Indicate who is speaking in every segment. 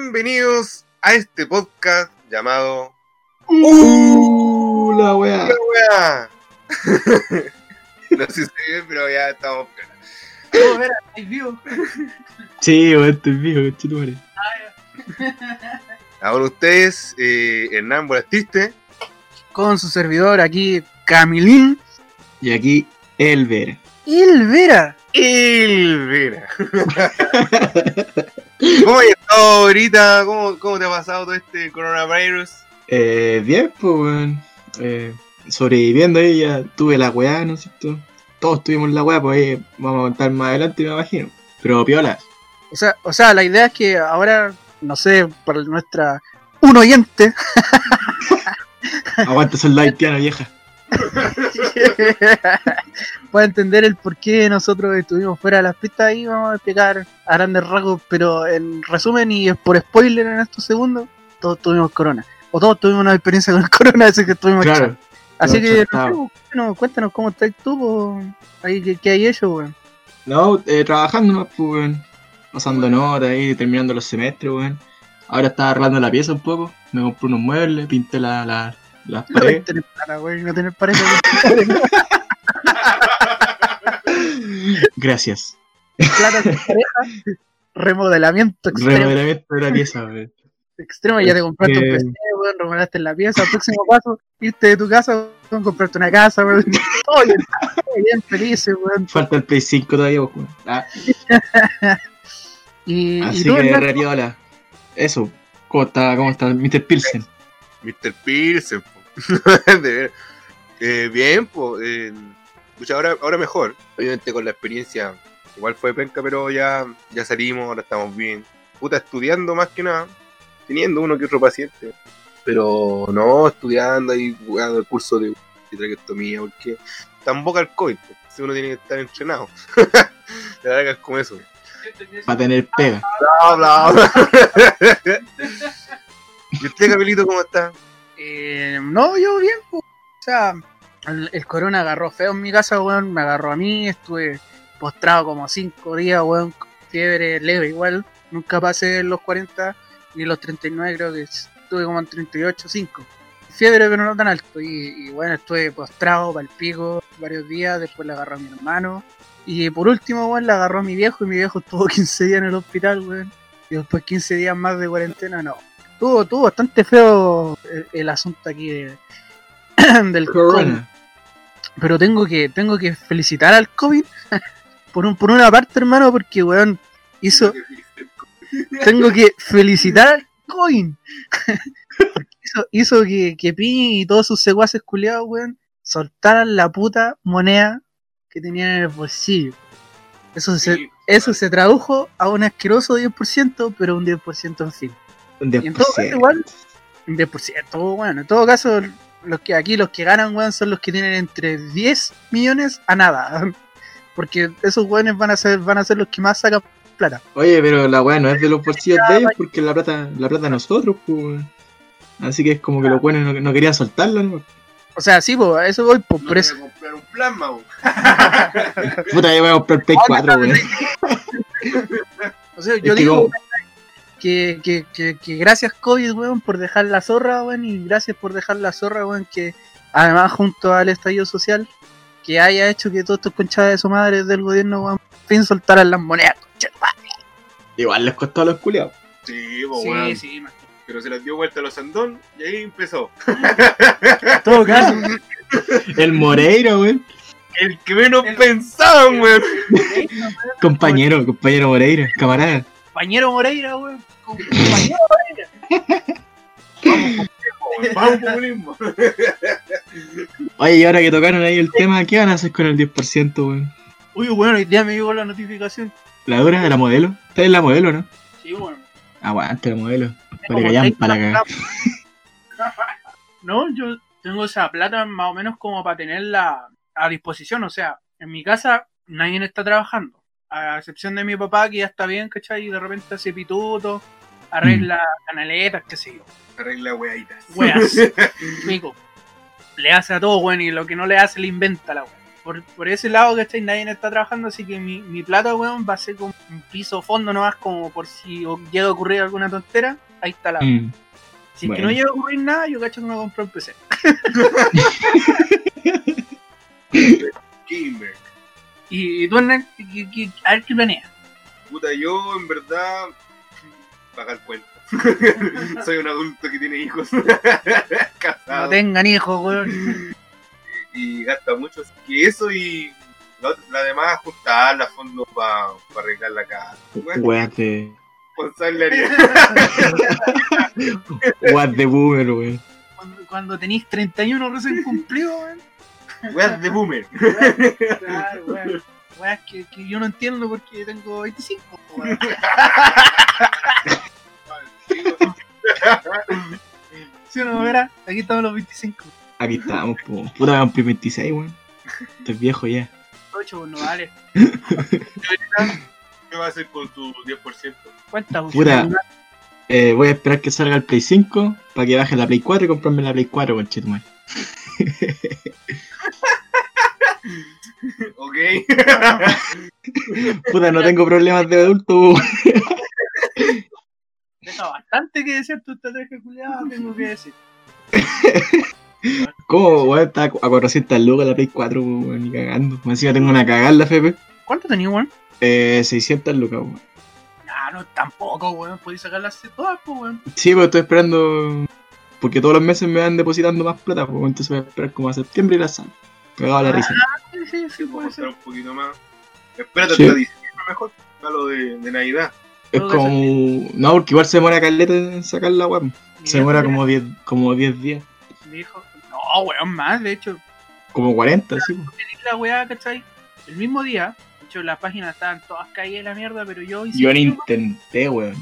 Speaker 1: Bienvenidos a este podcast llamado
Speaker 2: ¡Uh! La
Speaker 1: ¡La
Speaker 2: wea.
Speaker 1: weá! No sé si se ve, pero ya estamos.
Speaker 3: Vamos a ver, ahí vivo.
Speaker 2: Sí, weón, este es viejo, conchetumare.
Speaker 1: Ahora ustedes, eh, Hernán Borastiste.
Speaker 3: Con su servidor aquí, Camilín
Speaker 2: Y aquí, Elver.
Speaker 3: Elvera.
Speaker 1: Elvira. ¿Cómo has estado ahorita? ¿Cómo, ¿Cómo te ha pasado todo este coronavirus?
Speaker 2: Eh, bien, pues, weón. Eh, sobreviviendo ahí, ya tuve la weá, ¿no es cierto? Todos tuvimos la weá, pues ahí vamos a contar más adelante, me imagino. Pero piola.
Speaker 3: O sea, o sea, la idea es que ahora, no sé, para nuestra un oyente,
Speaker 2: Aguanta soldado haitiano, vieja.
Speaker 3: pueda entender el por qué nosotros estuvimos fuera de las pistas y vamos a explicar a grandes rasgos, pero en resumen y es por spoiler en estos segundos, todos tuvimos corona. O todos tuvimos una experiencia con el corona, así que estuvimos chatos.
Speaker 2: Claro.
Speaker 3: Así
Speaker 2: Claro,
Speaker 3: que,
Speaker 2: chao.
Speaker 3: no sé, cuéntanos, cuéntanos cómo estás tú, po. ahí, ¿qué, qué hay hecho, weón?
Speaker 2: No, eh, trabajando más, pues, weón. Pasando notas ahí, terminando los semestres, weón. Ahora estaba arreglando la pieza un poco. Me compré unos muebles, pinté la, la, las
Speaker 3: No
Speaker 2: paredes.
Speaker 3: tener para, weón, no tener pareja, weón.
Speaker 2: Gracias.
Speaker 3: plata sin pareja, remodelamiento extremo.
Speaker 2: Remodelamiento de la pieza, weón.
Speaker 3: extremo, ya te compraste un
Speaker 2: Eh.
Speaker 3: PC, weón, remodelaste la pieza, próximo paso, irte de tu casa, weón, comprarte una casa, weón. Todo bien, todo bien feliz, weón.
Speaker 2: Falta el Play 5 todavía, pues, weón. Ah,
Speaker 3: Y, y
Speaker 2: así
Speaker 3: tú,
Speaker 2: que
Speaker 3: Hernán,
Speaker 2: repiola. Eso. ¿Cómo está, cómo está Mr. Pilsen?
Speaker 1: Mr. Pearson. po. De veras. Eh, bien, pues. ahora, ahora mejor. Obviamente con la experiencia. Igual fue penca, pero ya, ya salimos, ahora estamos bien. Puta, estudiando más que nada. Teniendo uno que otro paciente. Pero no, estudiando y jugando el curso de, de traqueotomía, porque tampoco al COVID, po. si uno tiene que estar entrenado. la larga es como eso.
Speaker 2: Para tener pega.
Speaker 1: Bla, bla, bla. ¿Y usted, Camilito, cómo está?
Speaker 3: eh, no, yo bien, po. o sea, el, el corona agarró feo en mi casa, weón, me agarró a mí, estuve postrado como cinco días, weón, con fiebre leve igual, nunca pasé los 40 ni los 39, creo que estuve como en 38, 5. Fiebre, pero no tan alto. Y, y bueno, estuve postrado para el pico varios días. Después la agarró a mi hermano. Y por último, bueno, la agarró a mi viejo. Y mi viejo estuvo 15 días en el hospital, weón. Y después 15 días más de cuarentena, no. Tuvo, tuvo bastante feo el, el asunto aquí de- del COVID.
Speaker 2: Corona.
Speaker 3: Pero tengo que, tengo que felicitar al COVID. por, un, por una parte, hermano, porque, weón, hizo, tengo que felicitar al Coin. Porque hizo, hizo que, que Piñi y todos sus secuaces culiados, weón, soltaran la puta moneda que tenían en el bolsillo. Eso se, eso se tradujo a un asqueroso 10%, pero un 10% en fin.
Speaker 2: Un
Speaker 3: en todo caso,
Speaker 2: 10%.
Speaker 3: igual. Un 10%, bueno, en todo caso, los que aquí los que ganan, weón, son los que tienen entre 10 millones a nada. Porque esos weones van a ser, van a ser los que más sacan plata.
Speaker 2: Oye, pero la weá no es de los bolsillos de ellos porque la plata, la plata de nosotros, pues. weón. Así que es como que los buenos no, no querían soltarla, ¿no?
Speaker 3: O sea, sí, po, a eso voy, po, por eso.
Speaker 1: comprar un plasma,
Speaker 2: Puta, yo voy a comprar Play 4, weón.
Speaker 3: O sea, yo
Speaker 2: Es que
Speaker 3: digo
Speaker 2: como-
Speaker 3: que, que, que, que gracias COVID, weón, por dejar la zorra, weón, y gracias por dejar la zorra, weón, que además junto al estallido social, que haya hecho que todos estos conchadas de su madre del gobierno, weón, por fin soltaran las monedas, concha de madre.
Speaker 2: Igual les costó a los culiados.
Speaker 1: Sí, po, weón.
Speaker 3: sí, man.
Speaker 1: Pero se las dio vuelta a los Sandón y ahí empezó.
Speaker 3: En todo caso,
Speaker 2: El Moreira, weón.
Speaker 1: El que menos pensaban, weón.
Speaker 2: Compañero, compañero Moreira, camarada.
Speaker 3: compañero Moreira, weón, compañero
Speaker 1: Vamos, populismo.
Speaker 2: Oye, y ahora que tocaron ahí el tema, ¿qué van a hacer con el 10%, weón?
Speaker 3: Uy, bueno, hoy día me llegó la notificación.
Speaker 2: ¿La dura de la modelo? ¿Está en la modelo, no?
Speaker 3: Sí, weón.
Speaker 2: Aguante la modelo. Para
Speaker 3: Como
Speaker 2: que vayan
Speaker 3: 30
Speaker 2: para acá.
Speaker 3: No, yo tengo esa plata más o menos como para tenerla a disposición. O sea, en mi casa nadie está trabajando. A excepción de mi papá, que ya está bien, ¿cachai? Y de repente hace pituto, arregla
Speaker 2: Mm.
Speaker 3: canaletas, qué sé yo.
Speaker 1: Arregla weaditas.
Speaker 3: Weas. Pico. Le hace a todo, weón, y lo que no le hace le inventa la weón. por, por ese lado, ¿cachai? Nadie está trabajando, así que mi, mi plata, weón, va a ser como un piso fondo nomás, como por si o- llega a ocurrir alguna tontera, ahí está la.
Speaker 2: Mm.
Speaker 3: si es que
Speaker 2: bueno.
Speaker 3: no llega a ocurrir nada, yo cacho que me compro un PC.
Speaker 1: Kimber.
Speaker 3: Y, y tú, Hernán, ¿qué- qué- a ver qué planeas.
Speaker 1: Puta, yo en verdad. Pagar cuenta. Soy un adulto que tiene hijos. Casado.
Speaker 3: No tengan hijos, weón.
Speaker 1: y gasta mucho. Así que eso y la, otra- la demás juntar a fondos para arreglar la casa. Bueno,
Speaker 2: Weas de.
Speaker 1: responsabilidad.
Speaker 2: What the boomer, weón.
Speaker 3: Cuando, cuando tenéis 31 recién cumplidos, weón.
Speaker 1: Weas de boomer.
Speaker 3: Claro, weón. Weón, que, que yo no entiendo porque tengo 25, weón. Si no, verá, aquí estamos los 25.
Speaker 2: Aquí estamos, po. Puta, voy a cumplir 26, weón. Estás viejo ya.
Speaker 3: 8, no vale.
Speaker 1: ¿Qué va a hacer con tu 10%?
Speaker 3: Cuenta, pues,
Speaker 2: Puta.
Speaker 3: weón.
Speaker 2: Eh, voy a esperar que salga el Play 5 para que baje la Play 4 y comprarme la Play 4, weón, chetumare.
Speaker 1: Ok.
Speaker 2: Puta, no tengo problemas de adulto, weón.
Speaker 3: Deja bastante que decir tu estrategia culiada, tengo que decir.
Speaker 2: ¿Cómo, weón? Está a 400 lucas la Play 4, weón, ni cagando. Más encima tengo una cagada en la FP.
Speaker 3: ¿Cuánto tenías, weón?
Speaker 2: Eh, 600 lucas, weón.
Speaker 3: Nah, Ah, no, tampoco, weón. Podéis sacarlas todas, pues, weón.
Speaker 2: Sí, pero estoy esperando. Porque todos los meses me van depositando más plata, pues entonces voy a esperar como a septiembre y la sal. Cagado la risa.
Speaker 3: Sí, sí, sí,
Speaker 1: Voy a
Speaker 3: puede
Speaker 1: mostrar
Speaker 3: ser.
Speaker 1: un poquito más. Espérate
Speaker 2: Sí.
Speaker 1: hasta diciembre mejor. Para lo de, de Navidad.
Speaker 2: Es como. No, porque igual se demora caleta en sacar la weón. Se demora como 10 como 10 días.
Speaker 3: Dijo, no, weón, más, de hecho.
Speaker 2: Como 40, sí. pues.
Speaker 3: tenéis la weá, ¿cachai? El mismo día, de hecho las páginas estaban todas caídas de la mierda, pero yo hice
Speaker 2: Yo ni
Speaker 3: algo,
Speaker 2: intenté, weón.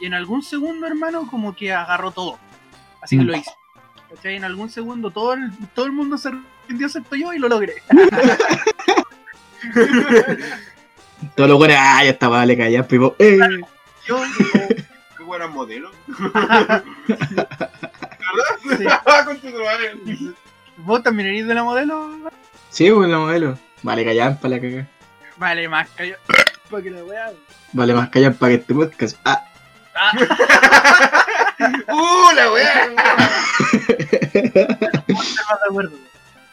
Speaker 3: y en algún segundo, hermano, como que agarró todo. Así que
Speaker 2: Mm.
Speaker 3: lo hice. ¿Cachai? En algún segundo todo el, todo el mundo se rindió excepto yo y lo logré.
Speaker 2: Todos los weones, ah, ya está, vale, callar, pipo. Eh,
Speaker 3: Yo
Speaker 1: Qué buenas modelos.
Speaker 3: sí.
Speaker 1: con tu madre.
Speaker 3: ¿Vos también eres de la modelo?
Speaker 2: Sí, weón, la modelo. Vale, callar para la cagada.
Speaker 3: Vale, más cayó. Para que la weá.
Speaker 2: Vale, más callar para que este podcast. Ah,
Speaker 3: Ah,
Speaker 1: ¡Uh, la wea!
Speaker 3: estamos de acuerdo.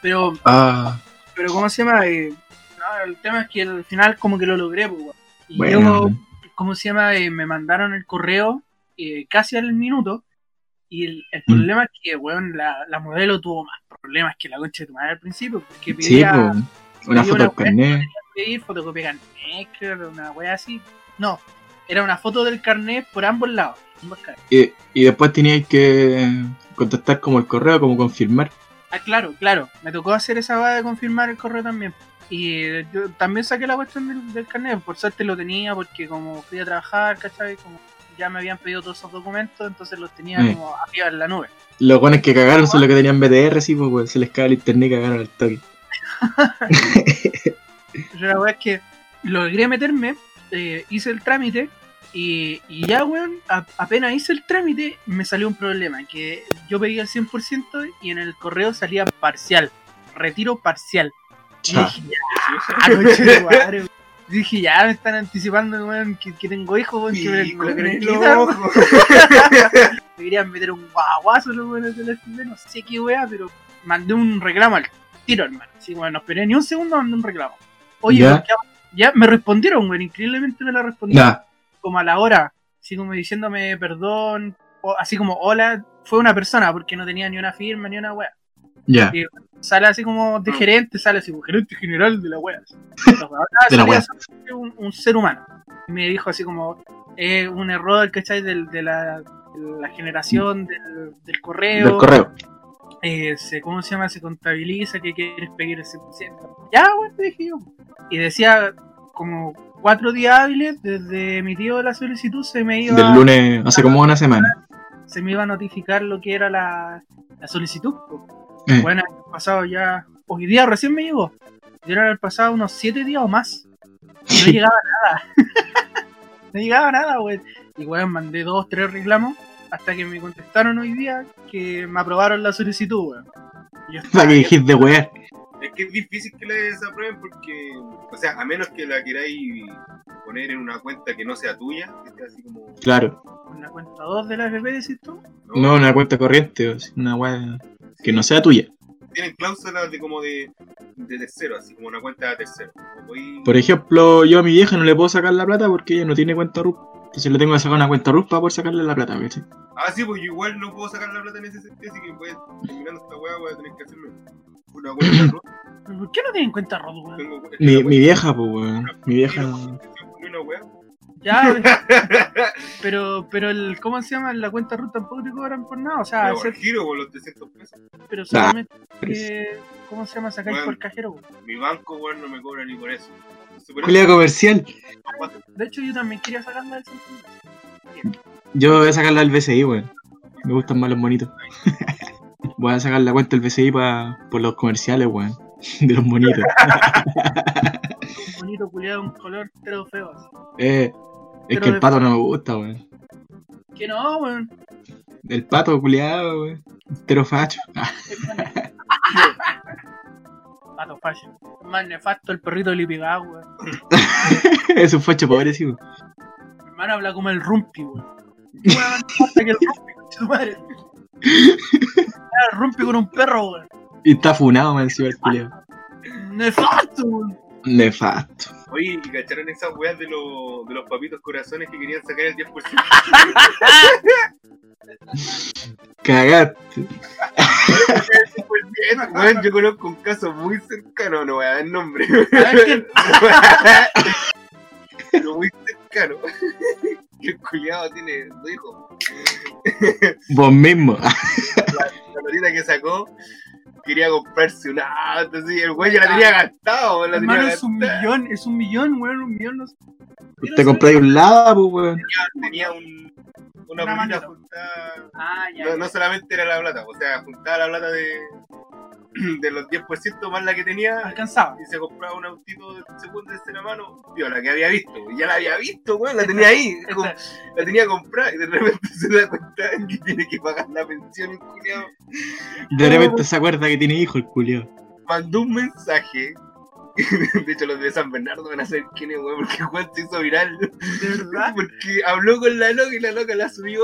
Speaker 3: Pero
Speaker 2: ah.
Speaker 3: pero ¿cómo se llama? Eh, no, el tema es que al final como que lo logré, pues, weón. Y
Speaker 2: Bueno.
Speaker 3: yo, ¿cómo se llama? Eh, me mandaron el correo eh, casi al minuto y el, el problema es que, weón, la, la modelo tuvo más problemas que la concha de tu madre al principio, porque
Speaker 2: Sí,
Speaker 3: pedía
Speaker 2: pues. Una
Speaker 3: pedía
Speaker 2: foto
Speaker 3: una
Speaker 2: al carnet.
Speaker 3: pedir fotocopia de carnet, creo, una wea así. No, era una foto del carnet por ambos lados. ambos carnets.
Speaker 2: Y, y después teníais que contestar como el correo, como confirmar.
Speaker 3: Ah, claro, claro, me tocó hacer esa wea de confirmar el correo también. Y eh, yo también saqué la cuestión del, del carnet, por suerte lo tenía porque como fui a trabajar, ¿cachai? Como ya me habían pedido todos esos documentos, entonces los tenía
Speaker 2: Mm.
Speaker 3: como arriba en la nube.
Speaker 2: Los buenos que cagaron son los que tenían BTR, sí, pues, weón, se les caga el internet y cagaron el toque.
Speaker 3: Pero la verdad es que logré meterme, eh, hice el trámite y, y ya, weón, a- apenas hice el trámite me salió un problema, que yo pedí el 100% y en el correo salía parcial, retiro parcial. Y
Speaker 2: Cha.
Speaker 3: dije, ya, conche tu madre, weón. Dije, ya me están anticipando, weón, que, que tengo hijos, weón, que me, me lo quieren quitar, weón. Me querían meter un guaguazo los weones de la FB, no sé qué weá, pero mandé un reclamo al tiro, hermano. Sí, bueno, no esperé ni un segundo, mandé un reclamo. Oye,
Speaker 2: Ya.
Speaker 3: ¿por qué ahora- ya me respondieron, weón, increíblemente me la respondieron
Speaker 2: Nah,
Speaker 3: como a la hora, así como diciéndome perdón, o así como hola, fue una persona porque no tenía ni una firma ni una weá.
Speaker 2: ya.
Speaker 3: Sí. Sale así como de
Speaker 2: Ah.
Speaker 1: Mm.
Speaker 3: gerente, sale así como gerente general de la weá. así. La ah, weá,
Speaker 2: De la
Speaker 3: salía
Speaker 2: weá.
Speaker 3: solamente Un, un ser humano. Me dijo así como, es un error, ¿cachai? Del, de la, de la generación del, del correo.
Speaker 2: Del correo.
Speaker 3: Eh, se, ¿Cómo se llama? Se contabiliza que quieres pedir el 100%. Ya, weón, te dije yo. Y decía como cuatro días hábiles desde mi tío de la solicitud se me iba
Speaker 2: Del lunes, hace como una semana.
Speaker 3: se me iba a notificar lo que era la, la solicitud. po.
Speaker 2: Eh.
Speaker 3: Bueno, el pasado ya. Hoy día recién me llegó. Dieron el pasado unos 7 días o más. Y no llegaba nada. no llegaba nada, güey. Y weón, mandé dos, tres reclamos hasta que me contestaron hoy día que me aprobaron la solicitud, weón. Y yo
Speaker 2: Para
Speaker 3: estaba
Speaker 2: que dijiste de wear.
Speaker 1: Es que es difícil que la desaprueben porque, o sea, a menos que la queráis poner en una cuenta que no sea tuya, que esté así como.
Speaker 2: Claro.
Speaker 3: Con la cuenta 2 de la FP, decís tú.
Speaker 2: No una cuenta corriente, o sea, una weá que no sea tuya.
Speaker 1: Tienen cláusulas de como de, de tercero, así como una cuenta de tercero. Como podéis-
Speaker 2: Por ejemplo, yo a mi vieja no le puedo sacar la plata porque ella no tiene cuenta RUP. Entonces le tengo que sacar una cuenta RUP para poder sacarle la plata, ¿cachai?
Speaker 1: Ah, sí, pues yo igual no puedo sacar la plata en ese sentido, así que voy a- terminando esta weá voy a tener que hacerme una cuenta roja.
Speaker 3: ¿Pero ¿Por qué no tienen cuenta ROT, weón?
Speaker 1: Tengo es
Speaker 2: Mi,
Speaker 1: una
Speaker 2: mi
Speaker 1: cuenta-
Speaker 2: vieja, pues, weón. Mi vieja. no-
Speaker 1: ni una weá.
Speaker 3: Ya, pero, pero el, ¿cómo se llama? La cuenta ROT tampoco te cobran por nada. O sea,
Speaker 1: Pero el
Speaker 3: hacer-
Speaker 1: giro por los 300 pesos.
Speaker 3: pero solamente,
Speaker 2: Pero-
Speaker 3: eh, ¿cómo se llama? Sacáis
Speaker 1: Bueno.
Speaker 3: por cajero, weón.
Speaker 1: Mi banco, weón, no me cobra ni por eso. Super-
Speaker 2: Culia comercial.
Speaker 3: De hecho, yo también quería sacarla del centro.
Speaker 2: Yo voy a sacarla al BCI, weón. Me gustan más los monitos. voy a sacar la cuenta del BCI pa, por los comerciales, weón. De los monitos.
Speaker 3: Un bonito culiado, un color, pero feo. así.
Speaker 2: Eh, es
Speaker 3: Pero
Speaker 2: que
Speaker 3: de-
Speaker 2: el pato no me gusta, weón.
Speaker 3: Que no, weón.
Speaker 2: El pato culiado, weón. Entero facho.
Speaker 3: Pato fallo. Más nefasto el perrito de Lipigá, weón.
Speaker 2: es un facho pobre, sí, weón.
Speaker 3: Mi hermano habla como el rumpi, weón. Weón, hasta que el rumpi, concha tu madre. Era el rumpi con un perro, weón.
Speaker 2: Y está funado, man, encima el culiado.
Speaker 3: Nefasto, weón.
Speaker 2: Nefasto.
Speaker 1: Oye, ¿y cacharon esas weas de, los de los papitos corazones que querían sacar el 10%?
Speaker 2: Cagaste.
Speaker 1: Pues bien, weón, yo conozco un caso muy cercano, no voy a dar nombre.
Speaker 3: ¿Sabes quién?
Speaker 1: Pero muy cercano. El culiado tiene dos hijos.
Speaker 2: Vos mismo.
Speaker 1: La lorita que sacó quería comprarse un auto, así. El güey ya la tenía gastado, weón, la tenía
Speaker 3: Hermano, es
Speaker 1: gastado.
Speaker 3: un millón, es un millón, weón, un millón. No sé.
Speaker 2: Te compráis un lava, pues, weón.
Speaker 1: Tenía un, una,
Speaker 3: Una
Speaker 1: bolita
Speaker 3: manito.
Speaker 1: juntada.
Speaker 3: Ah, ya.
Speaker 1: No, no solamente era la plata, o sea, juntaba la plata de, de los 10% más la que tenía.
Speaker 3: Alcanzaba.
Speaker 1: y se compraba un autito de segunda y tercera mano, tío, la que había visto, y ya la había visto, weón, la tenía ahí, com-
Speaker 3: Esta-
Speaker 1: la tenía comprada, y de repente se da cuenta que tiene que pagar la pensión, el culiao.
Speaker 2: De repente se acuerda que tiene hijo el culiado.
Speaker 1: Mandó un mensaje, de hecho los de San Bernardo van a saber quién es, weón, porque Juan se hizo viral,
Speaker 3: De verdad.
Speaker 1: porque habló con la loca y la loca la subió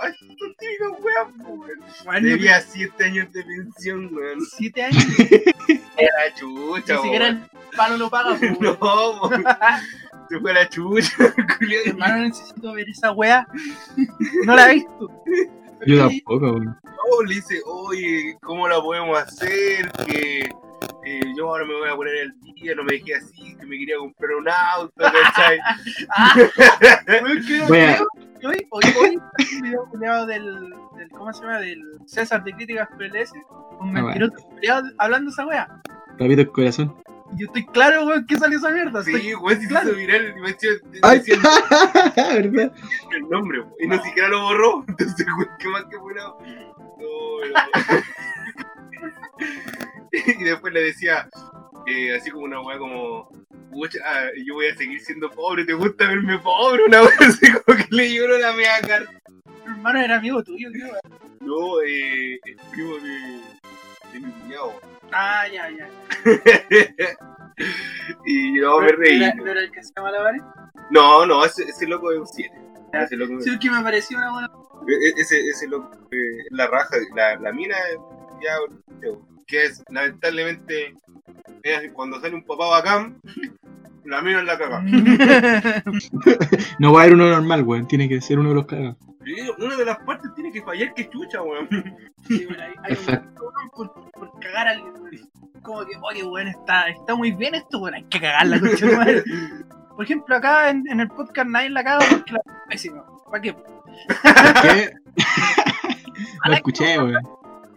Speaker 1: a estos típicos weón, po, weón.
Speaker 3: Weón, yo
Speaker 1: Debía 7 años de pensión, weón.
Speaker 3: tengo siete años.
Speaker 1: Era
Speaker 3: Ni
Speaker 1: chucha,
Speaker 3: siquiera
Speaker 1: weón.
Speaker 3: el palo lo paga, po,
Speaker 1: No,
Speaker 3: weón.
Speaker 1: weón. se fue a la chucha, el culiao.
Speaker 3: Hermano, necesito ver esa weá. No la he visto.
Speaker 2: Yo tampoco, weón.
Speaker 1: Oh, le dice, oye, ¿cómo la podemos hacer? Que eh, yo ahora me voy a poner el día, no me dejé así, que me quería comprar un auto, ¿cachai?
Speaker 3: Ah, weón, que no
Speaker 2: Wea.
Speaker 3: creo. Hoy, hoy, hoy, un video culiado del, del. ¿Cómo se llama? Del César de Críticas PLS. Un
Speaker 2: Ah,
Speaker 3: mentiroso culiado hablando esa weá.
Speaker 2: Papito el corazón.
Speaker 3: Y Yo estoy claro, weón, que salió esa mierda. Estoy-
Speaker 1: Sí, güey, si se
Speaker 3: claro.
Speaker 1: hizo viral, me decía,
Speaker 2: Ay,
Speaker 1: decía
Speaker 2: ¿verdad?
Speaker 1: el nombre, po, y no siquiera lo borró, entonces, güey, qué más que fuera. No, no. y después le decía, eh, así como una weá como... "Pucha, ah, yo voy a seguir siendo pobre, ¿te gusta verme pobre? Una weá así como que le lloró la mea cara.
Speaker 3: Hermano, era amigo tuyo, creo.
Speaker 1: No, eh, el primo de, de mi cuñado.
Speaker 3: Ah, ya, ya.
Speaker 1: y yo me reí.
Speaker 3: ¿No era- no era el que se llama la pared?
Speaker 1: No, no, ese, ese loco es un 7. Ese loco,
Speaker 3: Sí, que me pareció una buena.
Speaker 1: e- ese, ese loco eh, la raja, la, la mina, ya, que es, lamentablemente, es cuando sale un papá bacán, la mina es la caga. Ah.
Speaker 2: No va a haber uno normal, weón. Tiene que ser uno de los cagados.
Speaker 1: Y Una de las partes tiene que fallar, que chucha, weón.
Speaker 3: Sí, bueno, hay, hay un
Speaker 2: Exacto.
Speaker 3: weón por, por cagar a alguien, weón. Como que, oye, weón, está, está muy bien esto, weón, hay que cagarla, concha de madre. Por ejemplo, acá en, en el podcast nadie la caga porque la es pésima. ¿Para qué?
Speaker 2: ¿Qué? Lo escuché, weón.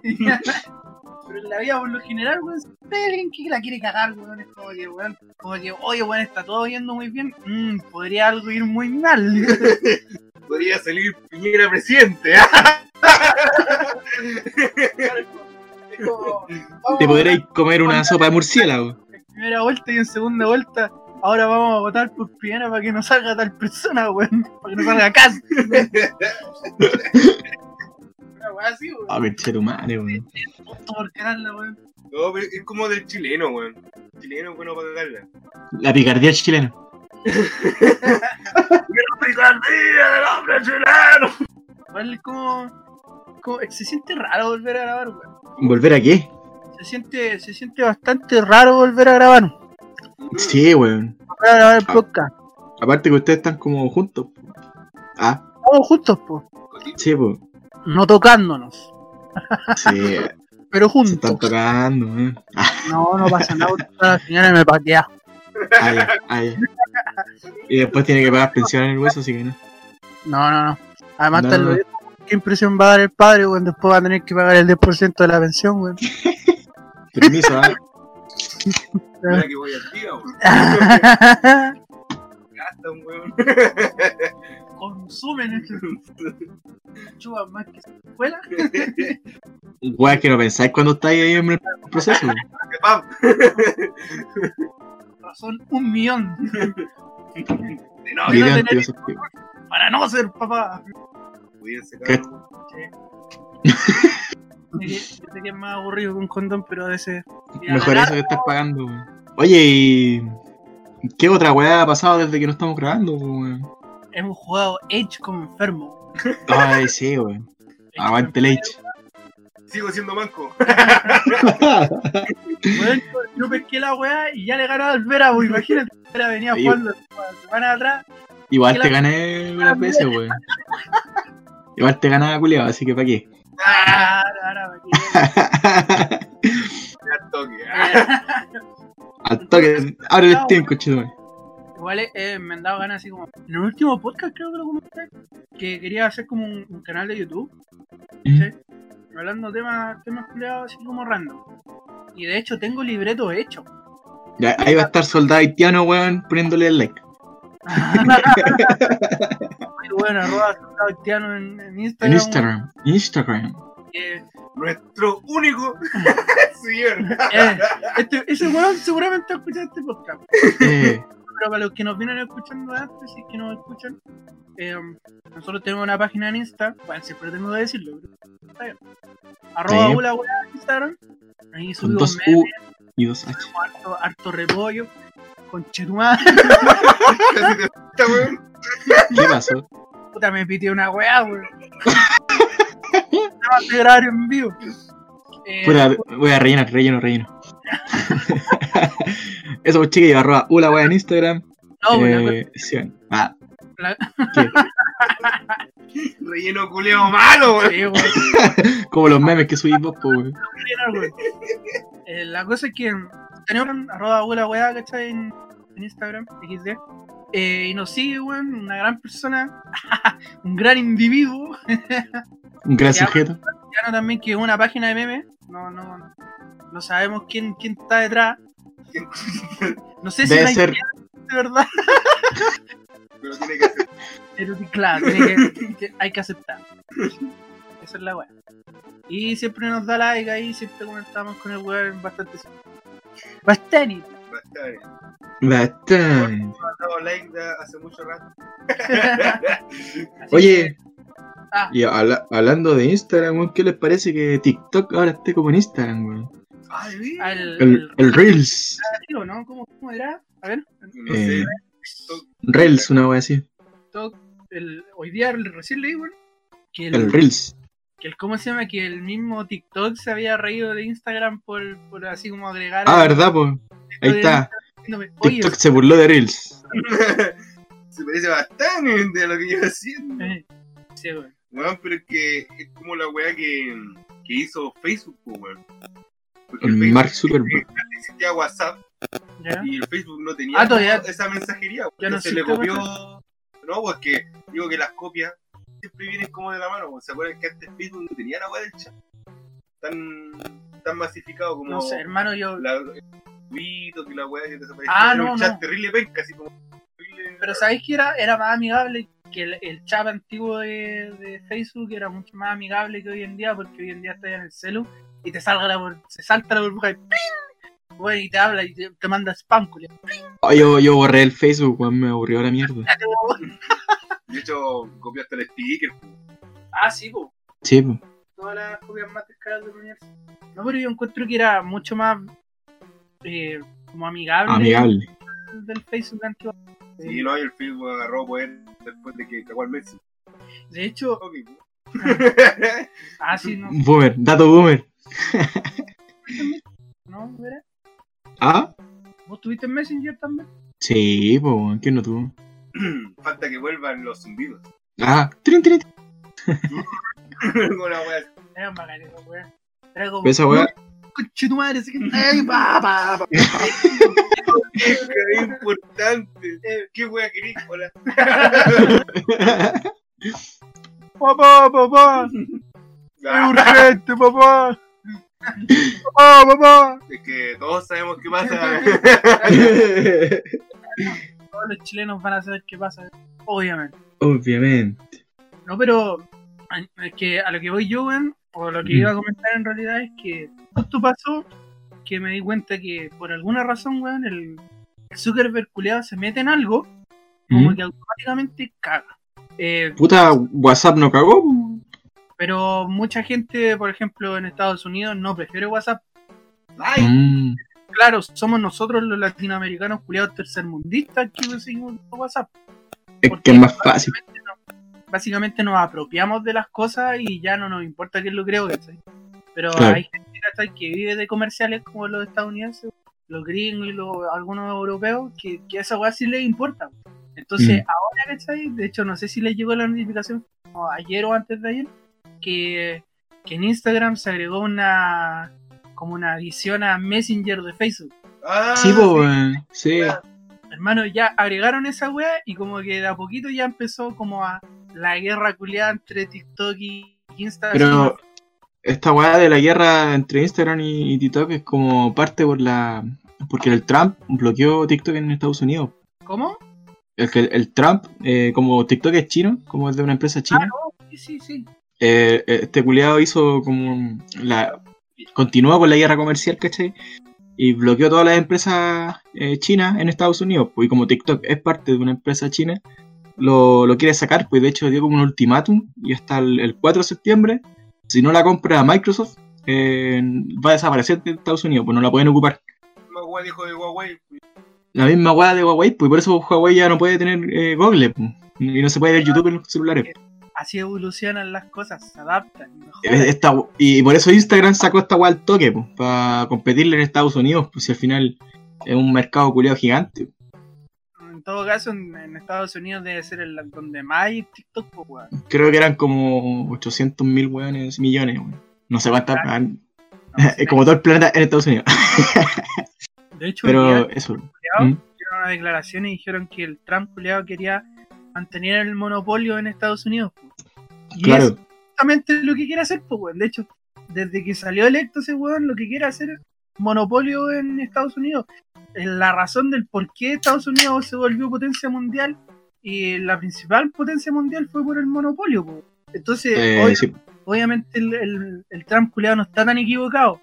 Speaker 3: Pero en la vida, por lo general, weón, siempre hay alguien que la quiere cagar, weón. Es como que, weón, como que, oye, weón, está todo yendo muy bien. Mm, podría algo ir muy mal.
Speaker 1: Podría salir Piñera presidente, ¿ah?
Speaker 3: Es como, vamos
Speaker 2: Te
Speaker 3: a votar
Speaker 2: podréis comer una sopa de murciélago.
Speaker 3: en primera vuelta y en segunda vuelta. Ahora vamos a votar por Piñera para que no salga tal persona, weón. Para que no salga Cas. Una weá así, weón.
Speaker 2: Ah, conchetumare, weón.
Speaker 3: Punto por cagarla, weón.
Speaker 1: No, pero es como del chileno, weón. El Chileno es bueno para cagarla.
Speaker 2: La picardía chilena.
Speaker 1: ¡La picardía del hombre chileno!
Speaker 3: Igual como, como- Se siente raro volver a grabar, weón.
Speaker 2: ¿Volver a qué?
Speaker 3: Se siente, se siente bastante raro volver a grabar. Volver
Speaker 2: Sí, weón.
Speaker 3: a grabar
Speaker 2: Ah.
Speaker 3: el podcast.
Speaker 2: Aparte que ustedes están como juntos. po. Ah,
Speaker 3: Estamos juntos, po.
Speaker 2: sí, pues.
Speaker 3: No tocándonos,
Speaker 2: Sí,
Speaker 3: pero
Speaker 2: se
Speaker 3: juntos.
Speaker 2: están tocando, weón. Ah,
Speaker 3: No, no pasa nada. porque La señora me patea.
Speaker 2: ah, ya, ah, ya. Y después tiene que pagar pensión en el hueso, así que no.
Speaker 3: No, no, no. Además,
Speaker 2: No,
Speaker 3: tal
Speaker 2: no.
Speaker 3: vez, ¿qué impresión va a dar el padre, weón? Después va a tener que pagar el 10% de la pensión, weón.
Speaker 2: Permiso, ah.
Speaker 1: Mira que voy al día, weón. Gasta un weón.
Speaker 3: Consumen chupas más que se escuela.
Speaker 2: Weón, que no pensáis cuando estáis ahí en el proceso, weón.
Speaker 1: Que pam.
Speaker 3: Razón, un millón
Speaker 1: De novio.
Speaker 2: Video
Speaker 3: no
Speaker 2: anticonceptivo.
Speaker 3: para no ser papá.
Speaker 1: Cuídense,
Speaker 2: ¿Qué?
Speaker 1: cabrón.
Speaker 3: Yo sé que es más aburrido que un condón, pero a veces. y a la
Speaker 2: Mejor
Speaker 3: larga,
Speaker 2: eso que estás pagando, weón. Oye, y. ¿Qué otra weá ha pasado desde que no estamos grabando, po, weón?
Speaker 3: Hemos jugado Edge como enfermo.
Speaker 2: Ay, sí, weón.
Speaker 3: Edge
Speaker 2: Aguante leche.
Speaker 1: Sigo siendo manco.
Speaker 3: Weón, yo- yo pesqué la weá y ya le ganaba al Vera, weón. imagínate. el Vera venía
Speaker 2: Ahí-
Speaker 3: jugando la semana atrás.
Speaker 2: Igual te gané unas veces, weón. Igual te ganaba culiado, así que pa' qué.
Speaker 3: Ah, ahora me quedé.
Speaker 1: Ya toque. ah.
Speaker 3: Eh,
Speaker 2: Al toque, abre
Speaker 3: Ah,
Speaker 2: el Steam, conchetumare.
Speaker 3: Igual eh, me han dado ganas así como. En el último podcast creo que lo comenté. Que quería hacer como un, un canal de YouTube. ¿sí? Hablando temas, temas culiados así como random. Y de hecho tengo libreto hecho.
Speaker 2: Ya, ahí va a estar soldado haitiano, weón, poniéndole el like.
Speaker 3: Muy bueno, arroba soldado haitiano en, en
Speaker 2: En
Speaker 3: Instagram.
Speaker 2: Instagram, Instagram.
Speaker 3: Eh,
Speaker 1: Nuestro único señor.
Speaker 3: eh, este- ese weón seguramente ha escuchado este podcast.
Speaker 2: Eh,
Speaker 3: Pero para los que nos vienen escuchando antes y que nos escuchan, eh, nosotros tenemos una página en Insta. Bueno, siempre tengo que decirlo. Pero está bien. Arroba
Speaker 2: Sí.
Speaker 3: hula hula en Instagram. Ahí
Speaker 2: con
Speaker 3: subimos
Speaker 2: dos
Speaker 3: memes,
Speaker 2: U y dos H.
Speaker 3: harto, harto repollo. Con Chetumá.
Speaker 1: Casi te asusta, weón.
Speaker 2: ¿Qué pasó?
Speaker 3: Puta, me pité una weá, weón. Nada más de grabar en vivo. Eh,
Speaker 2: Puta, voy a rellenar, relleno, relleno. Eso, pues, chiquillos, arroba hula, weón, en Instagram.
Speaker 3: no, Oh, pues, weón,
Speaker 2: Eh, sí, weón. Ah,
Speaker 1: Relleno culeo malo, weón.
Speaker 3: sí, weón.
Speaker 2: como
Speaker 3: Ah.
Speaker 2: los memes que subís vos, po, weón.
Speaker 3: Llenar, güey. Eh, la cosa es que tenemos un arroba abuela weá, ¿cachai? En, en Instagram, XD. Eh, y nos sigue, weón, una gran persona, un gran individuo.
Speaker 2: Un gran
Speaker 3: Ya.
Speaker 2: sujeto.
Speaker 3: Ya no también que es una página de memes. No, no, no sabemos quién, quién está detrás. No sé si
Speaker 2: Debe
Speaker 3: una
Speaker 2: ser,
Speaker 3: idea de verdad.
Speaker 1: Pero tiene que ser.
Speaker 3: Pero que, claro, tiene que- que- hay que aceptar. Esa es la weá. Y siempre nos da like ahí, siempre comentamos con el weón bastante. Bastante.
Speaker 1: Bastante.
Speaker 2: Bastante.
Speaker 1: Me ha dado like de hace mucho rato.
Speaker 3: Así
Speaker 2: Oye,
Speaker 3: Ah.
Speaker 2: y habla- hablando de Instagram, weón, ¿qué les parece que TikTok ahora esté como en Instagram, weón?
Speaker 1: Ay, vi.
Speaker 3: que al-
Speaker 2: El, el Reels.
Speaker 3: Digo, ¿no? ¿Cómo, cómo era? A ver,
Speaker 1: No
Speaker 2: Eh,
Speaker 1: sé.
Speaker 2: Reels, una wea así.
Speaker 3: todo el- hoy día recién leí, bueno, que el,
Speaker 2: El Reels.
Speaker 3: que el- ¿cómo se llama? Que el mismo TikTok se había reído de Instagram por, por así como agregar.
Speaker 2: Ah, ¿verdad, po? Ahí está.
Speaker 3: Diciéndome, Oye,
Speaker 2: TikTok se burló de Reels.
Speaker 1: Se parece bastante a lo que yo haciendo.
Speaker 3: eh, sí, bueno.
Speaker 1: Weón, pero es que es como la weá que, que hizo Facebook, po, weón. Porque el
Speaker 2: El
Speaker 1: Facebook
Speaker 2: Mark Zuckerberg.
Speaker 1: existía WhatsApp
Speaker 3: ¿Ya?
Speaker 1: y el Facebook no tenía
Speaker 3: Ah, todavía-
Speaker 1: esa mensajería. weón.
Speaker 3: Ya no
Speaker 1: se le
Speaker 3: existe
Speaker 1: copió. No, porque digo que las copias siempre vienen como de la mano. weón. ¿Se acuerdan que antes Facebook no tenía la weá del chat? Tan, tan masificado como
Speaker 3: No sé, hermano, yo.
Speaker 1: la, el tuito, que la weá que desapareció.
Speaker 3: Ah,
Speaker 1: Era
Speaker 3: no,
Speaker 1: un chat
Speaker 3: no.
Speaker 1: terrible penca, así como. terrible-
Speaker 3: Pero ¿sabéis que era, era más amigable? Que el, el chat antiguo de, de Facebook era mucho más amigable que hoy en día, porque hoy en día estás en el celu y te salga la, bur- se salta la burbuja y ¡ping! Bueno, y te habla y te, te manda spam, culiao.
Speaker 2: Oh, yo, yo borré el Facebook, weón, me aburrió la mierda.
Speaker 1: De hecho, copió hasta el sticker.
Speaker 3: Ah, sí, po.
Speaker 2: Sí, po.
Speaker 3: Todas las copias más descaradas. feas del universo. No, pero yo encuentro que era mucho más eh, como amigable,
Speaker 2: Amigable.
Speaker 3: del Facebook antiguo.
Speaker 1: Sí, no, y el Facebook agarró poder después de que cagó al Messi. pues.
Speaker 3: De hecho, ah, sí, no,
Speaker 2: Boomer, dato boomer.
Speaker 3: no, ¿verdad?
Speaker 2: ¿Ah?
Speaker 3: ¿Vos tuviste en Messenger también?
Speaker 2: Sí, pues, weón, ¿quién no tuvo?
Speaker 1: Falta que vuelvan los zumbidos.
Speaker 2: Ah, trin, trin, trin.
Speaker 1: Con la wea.
Speaker 3: Eran bacanes, los weón. Era como,
Speaker 2: Pero esa weá,
Speaker 3: "No, conche tu madre, así que, ay, pa, pa, pa".
Speaker 1: Es importante. Qué wea agrícola.
Speaker 3: Papá, papá, es
Speaker 1: Ah,
Speaker 3: urgente, papá. Papá, papá.
Speaker 1: Es que todos sabemos qué pasa.
Speaker 3: Todos los chilenos van a saber qué pasa, obviamente.
Speaker 2: Obviamente.
Speaker 3: No, pero a- es que a lo que voy yo, weón, o lo que
Speaker 2: Mm.
Speaker 3: iba a comentar en realidad es que justo pasó que me di cuenta que por alguna razón, weón, el el Zuckerberg culeado se mete en algo como
Speaker 2: ¿Mm?
Speaker 3: que automáticamente caga. Eh,
Speaker 2: Puta, WhatsApp no cagó. po.
Speaker 3: pero mucha gente, por ejemplo, en Estados Unidos no prefiere WhatsApp.
Speaker 1: Ay,
Speaker 2: Mm,
Speaker 3: Claro, somos nosotros los latinoamericanos culiados tercermundistas que seguimos WhatsApp.
Speaker 2: es
Speaker 3: ¿Por
Speaker 2: que
Speaker 3: qué?
Speaker 2: es más fácil.
Speaker 3: Básicamente, no- básicamente nos apropiamos de las cosas y ya no nos importa quién lo creo. ¿cachai? Pero
Speaker 2: Claro.
Speaker 3: hay gente ¿cachai? que vive de comerciales como los estadounidenses, los gringos y los, algunos europeos, que, que a esa weá sí les importa. Entonces,
Speaker 2: Mm.
Speaker 3: ahora, ¿cachai? De hecho, no sé si les llegó la notificación como ayer o antes de ayer, que, que en Instagram se agregó una como una adición a Messenger de Facebook.
Speaker 1: ah,
Speaker 2: Sí, po, weón. Sí.
Speaker 1: Claro.
Speaker 3: Hermano, ya agregaron esa weá y como que de a poquito ya empezó como a la guerra culiada entre TikTok y Instagram.
Speaker 2: Pero esta weá de la guerra entre Instagram y, y TikTok es como parte por la. Porque el Trump bloqueó TikTok en Estados Unidos.
Speaker 3: ¿Cómo?
Speaker 2: El, que- el Trump, eh, como TikTok es chino, como es de una empresa china,
Speaker 3: Sí, sí, sí.
Speaker 2: eh, este culiado hizo como. un- La, continuó con la guerra comercial, ¿cachai? Y bloqueó todas las empresas eh, chinas en Estados Unidos. Pues, y como TikTok es parte de una empresa china, lo, lo quiere sacar. Pues de hecho dio como un ultimátum. Y hasta el, el 4 de septiembre, si no la compra Microsoft, eh, va a desaparecer de Estados Unidos. Pues no la pueden ocupar.
Speaker 1: Más wea dijo de Huawei.
Speaker 2: La misma hueá de Huawei, pues y por eso Huawei ya no puede tener eh, Google. pues, y no se puede ver YouTube en los celulares.
Speaker 3: Eh, Así evolucionan las cosas, se adaptan. no jodas.
Speaker 2: Esta- y por eso Instagram sacó esta weá al toque, para competirle en Estados Unidos, pues si al final es un mercado culiado gigante.
Speaker 3: En todo caso, en, en Estados Unidos debe ser el donde más hay TikTok, pues, weón.
Speaker 2: Creo que eran como 800 mil weones, millones, weón. No sé cuántas,
Speaker 3: Claro.
Speaker 2: weón.
Speaker 3: No,
Speaker 2: es como todo el planeta en Estados Unidos.
Speaker 3: De hecho, un día
Speaker 2: Pero eso,
Speaker 3: culiao,
Speaker 2: ¿Mm?
Speaker 3: hicieron una declaración y dijeron que el Trump culiado quería mantener el monopolio en Estados Unidos. pues. Y es
Speaker 2: claro.
Speaker 3: justamente lo que quiere hacer, pues, weón. De hecho, desde que salió electo ese weón, lo que quiere hacer es monopolio en Estados Unidos. Es La razón del por qué Estados Unidos se volvió potencia mundial y la principal potencia mundial fue por el monopolio, pues. Entonces,
Speaker 2: Eh,
Speaker 3: obvio-
Speaker 2: sí,
Speaker 3: obviamente el, el, el Trump culiado no está tan equivocado,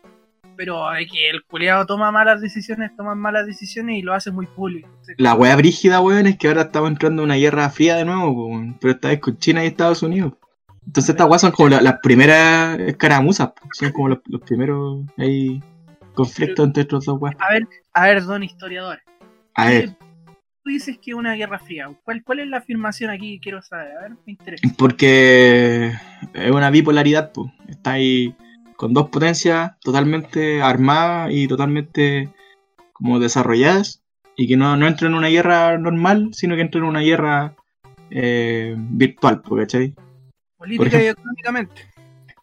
Speaker 3: pero es que el culiado toma malas decisiones, toma malas decisiones y lo hace muy público.
Speaker 2: la weá brígida, weón, es que ahora estamos entrando en una guerra fría de nuevo, po, weón, pero esta vez con China y Estados Unidos. Entonces estas weas son como la- las primeras escaramuzas, po, son como los, los primeros ahí, conflictos entre estos dos weas.
Speaker 3: A ver, a ver, don historiador,
Speaker 2: A ver,
Speaker 3: tú dices que una guerra fría, ¿cuál, cuál es la afirmación aquí que quiero saber? A ver, me interesa.
Speaker 2: Porque es una bipolaridad, pues. Está ahí con dos potencias totalmente armadas y totalmente como desarrolladas. Y que no, no entra en una guerra normal, sino que entra en una guerra eh, virtual, po, ¿cachai?
Speaker 3: Política y económicamente.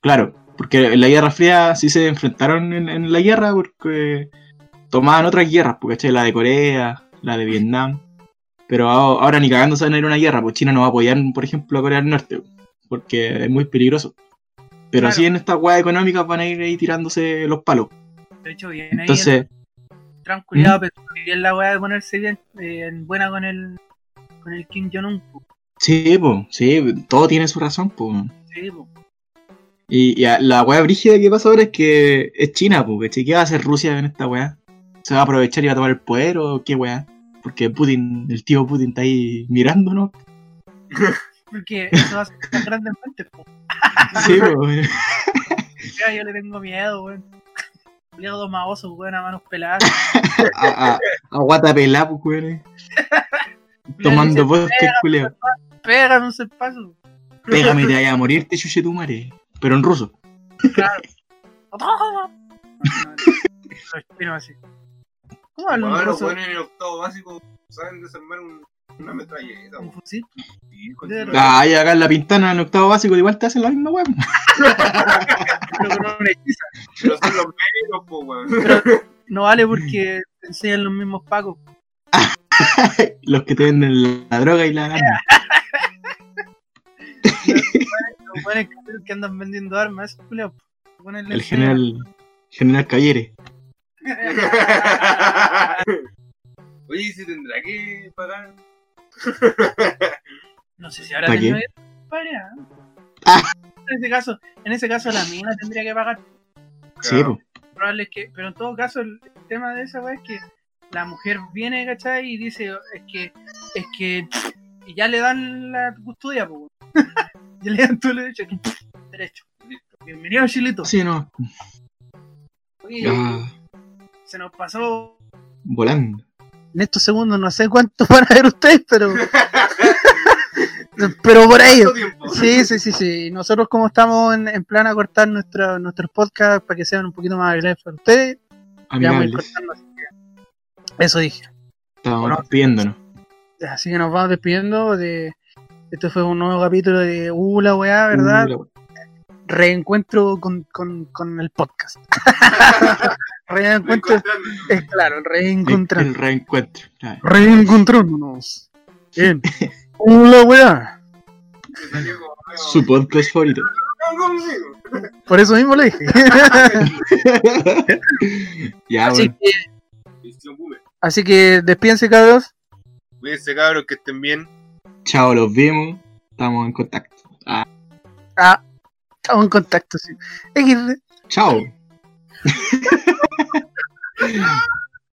Speaker 2: Claro, porque en la Guerra Fría sí se enfrentaron en, en la guerra porque tomaban otras guerras, porque ¿cachai? la de Corea, la de Vietnam. Pero aho- ahora ni cagando se van a ir a una guerra, pues China no va a apoyar, por ejemplo, a Corea del Norte, porque es muy peligroso. Pero
Speaker 3: Claro.
Speaker 2: sí en estas weas económicas van a ir ahí tirándose los palos.
Speaker 3: De hecho, bien ahí el
Speaker 2: Entonces,
Speaker 3: Trump culiado, pero bien la weá de ponerse bien eh, en buena con el, con el Kim Jong-un. po.
Speaker 2: sí, pues, sí, todo tiene su razón, pues.
Speaker 3: Sí, po.
Speaker 2: Y, y a- la weá brígida que pasa ahora es que es China, pues, ¿Qué va a hacer Rusia en esta weá? ¿Se va a aprovechar y va a tomar el poder o qué weá? Porque Putin, el tío Putin está ahí mirándonos.
Speaker 3: Porque eso va a ser tan grande en
Speaker 2: Sí, po, weón.
Speaker 3: culiado, yo le tengo miedo, weón. Culiado dos maosos, weón, a manos peladas.
Speaker 2: A, a, a guatapelá, pues, weón. Tomando bosque, culiao.
Speaker 3: Pega, no se paso.
Speaker 2: Pégame, te vaya a morirte, chuche tu madre. Pero en ruso.
Speaker 3: Claro. No, no, Lo espino así. ¿Cómo hablan
Speaker 1: Bueno, los
Speaker 3: ruso?
Speaker 1: weones en el octavo básico saben desarmar un- una metralleta.
Speaker 3: ¿Un
Speaker 1: weón.
Speaker 3: fusil?
Speaker 1: Sí, continúa.
Speaker 2: Ah, y acá en la pintana, en octavo básico, igual te hacen la misma weón.
Speaker 3: Pero con un hechizo.
Speaker 1: Pero son los médicos, po, weón.
Speaker 3: No
Speaker 2: Mm.
Speaker 3: vale porque te enseñan los mismos pacos.
Speaker 2: Los que te venden la droga y la arma.
Speaker 3: Los buenos que- que andan vendiendo armas, esos culiados. Ponen la
Speaker 2: El
Speaker 3: enseñan.
Speaker 2: general. General Callere.
Speaker 1: Oye, ¿y si tendrá que pagar?
Speaker 3: No sé si ahora
Speaker 2: ¿Para qué?
Speaker 3: tendrá que pagar, ¿eh?
Speaker 2: Ah.
Speaker 3: En ese caso, en ese caso la mina tendría que pagar.
Speaker 2: Sí, pues.
Speaker 3: Probable es que, pero en todo caso el el tema de esa weá es que la mujer viene, ¿cachai? Y dice, es que, es que, y ya le dan la custodia, pues. ya le dan todo el derecho, aquí, derecho. Bienvenido, Chilito.
Speaker 2: Sí, no.
Speaker 3: Oye,
Speaker 2: Ah,
Speaker 3: se nos pasó.
Speaker 2: volando.
Speaker 3: En estos segundos no sé cuánto van a ver ustedes, pero. pero por ahí.
Speaker 1: ¿Cuánto tiempo?
Speaker 3: Sí, sí, sí, sí. Nosotros como estamos en, en plan a cortar nuestra, nuestros podcasts para que sean un poquito más agradables para ustedes, ya vamos a ir
Speaker 2: Amigables.
Speaker 3: cortando, así que Eso dije.
Speaker 2: Estábamos despidiéndonos.
Speaker 3: Así que nos vamos despidiendo de... Esto fue un nuevo capítulo de Uh, la weá, ¿verdad?
Speaker 2: Uh,
Speaker 3: Reencuentro con, con, con el podcast.
Speaker 1: Me
Speaker 3: Reencuentro,
Speaker 1: encontraron.
Speaker 3: es claro,
Speaker 2: la- el,
Speaker 3: reencontrar.
Speaker 2: el reencuentro. Ah,
Speaker 3: Reencontrándonos. Bien. Uh, la weá.
Speaker 1: Me salió como-
Speaker 2: Su podcast favorito.
Speaker 1: Ah, conmigo.
Speaker 3: Por eso mismo le dije.
Speaker 2: ya,
Speaker 3: Así
Speaker 2: Ah, bueno.
Speaker 3: que,
Speaker 1: Edición boomer.
Speaker 3: así que despídense, cabros.
Speaker 1: Cuídense, cabros, que estén bien.
Speaker 2: Chao, los vimos. Estamos en contacto. Ah,
Speaker 3: Ah, estamos en contacto, sí. XD.
Speaker 2: chao.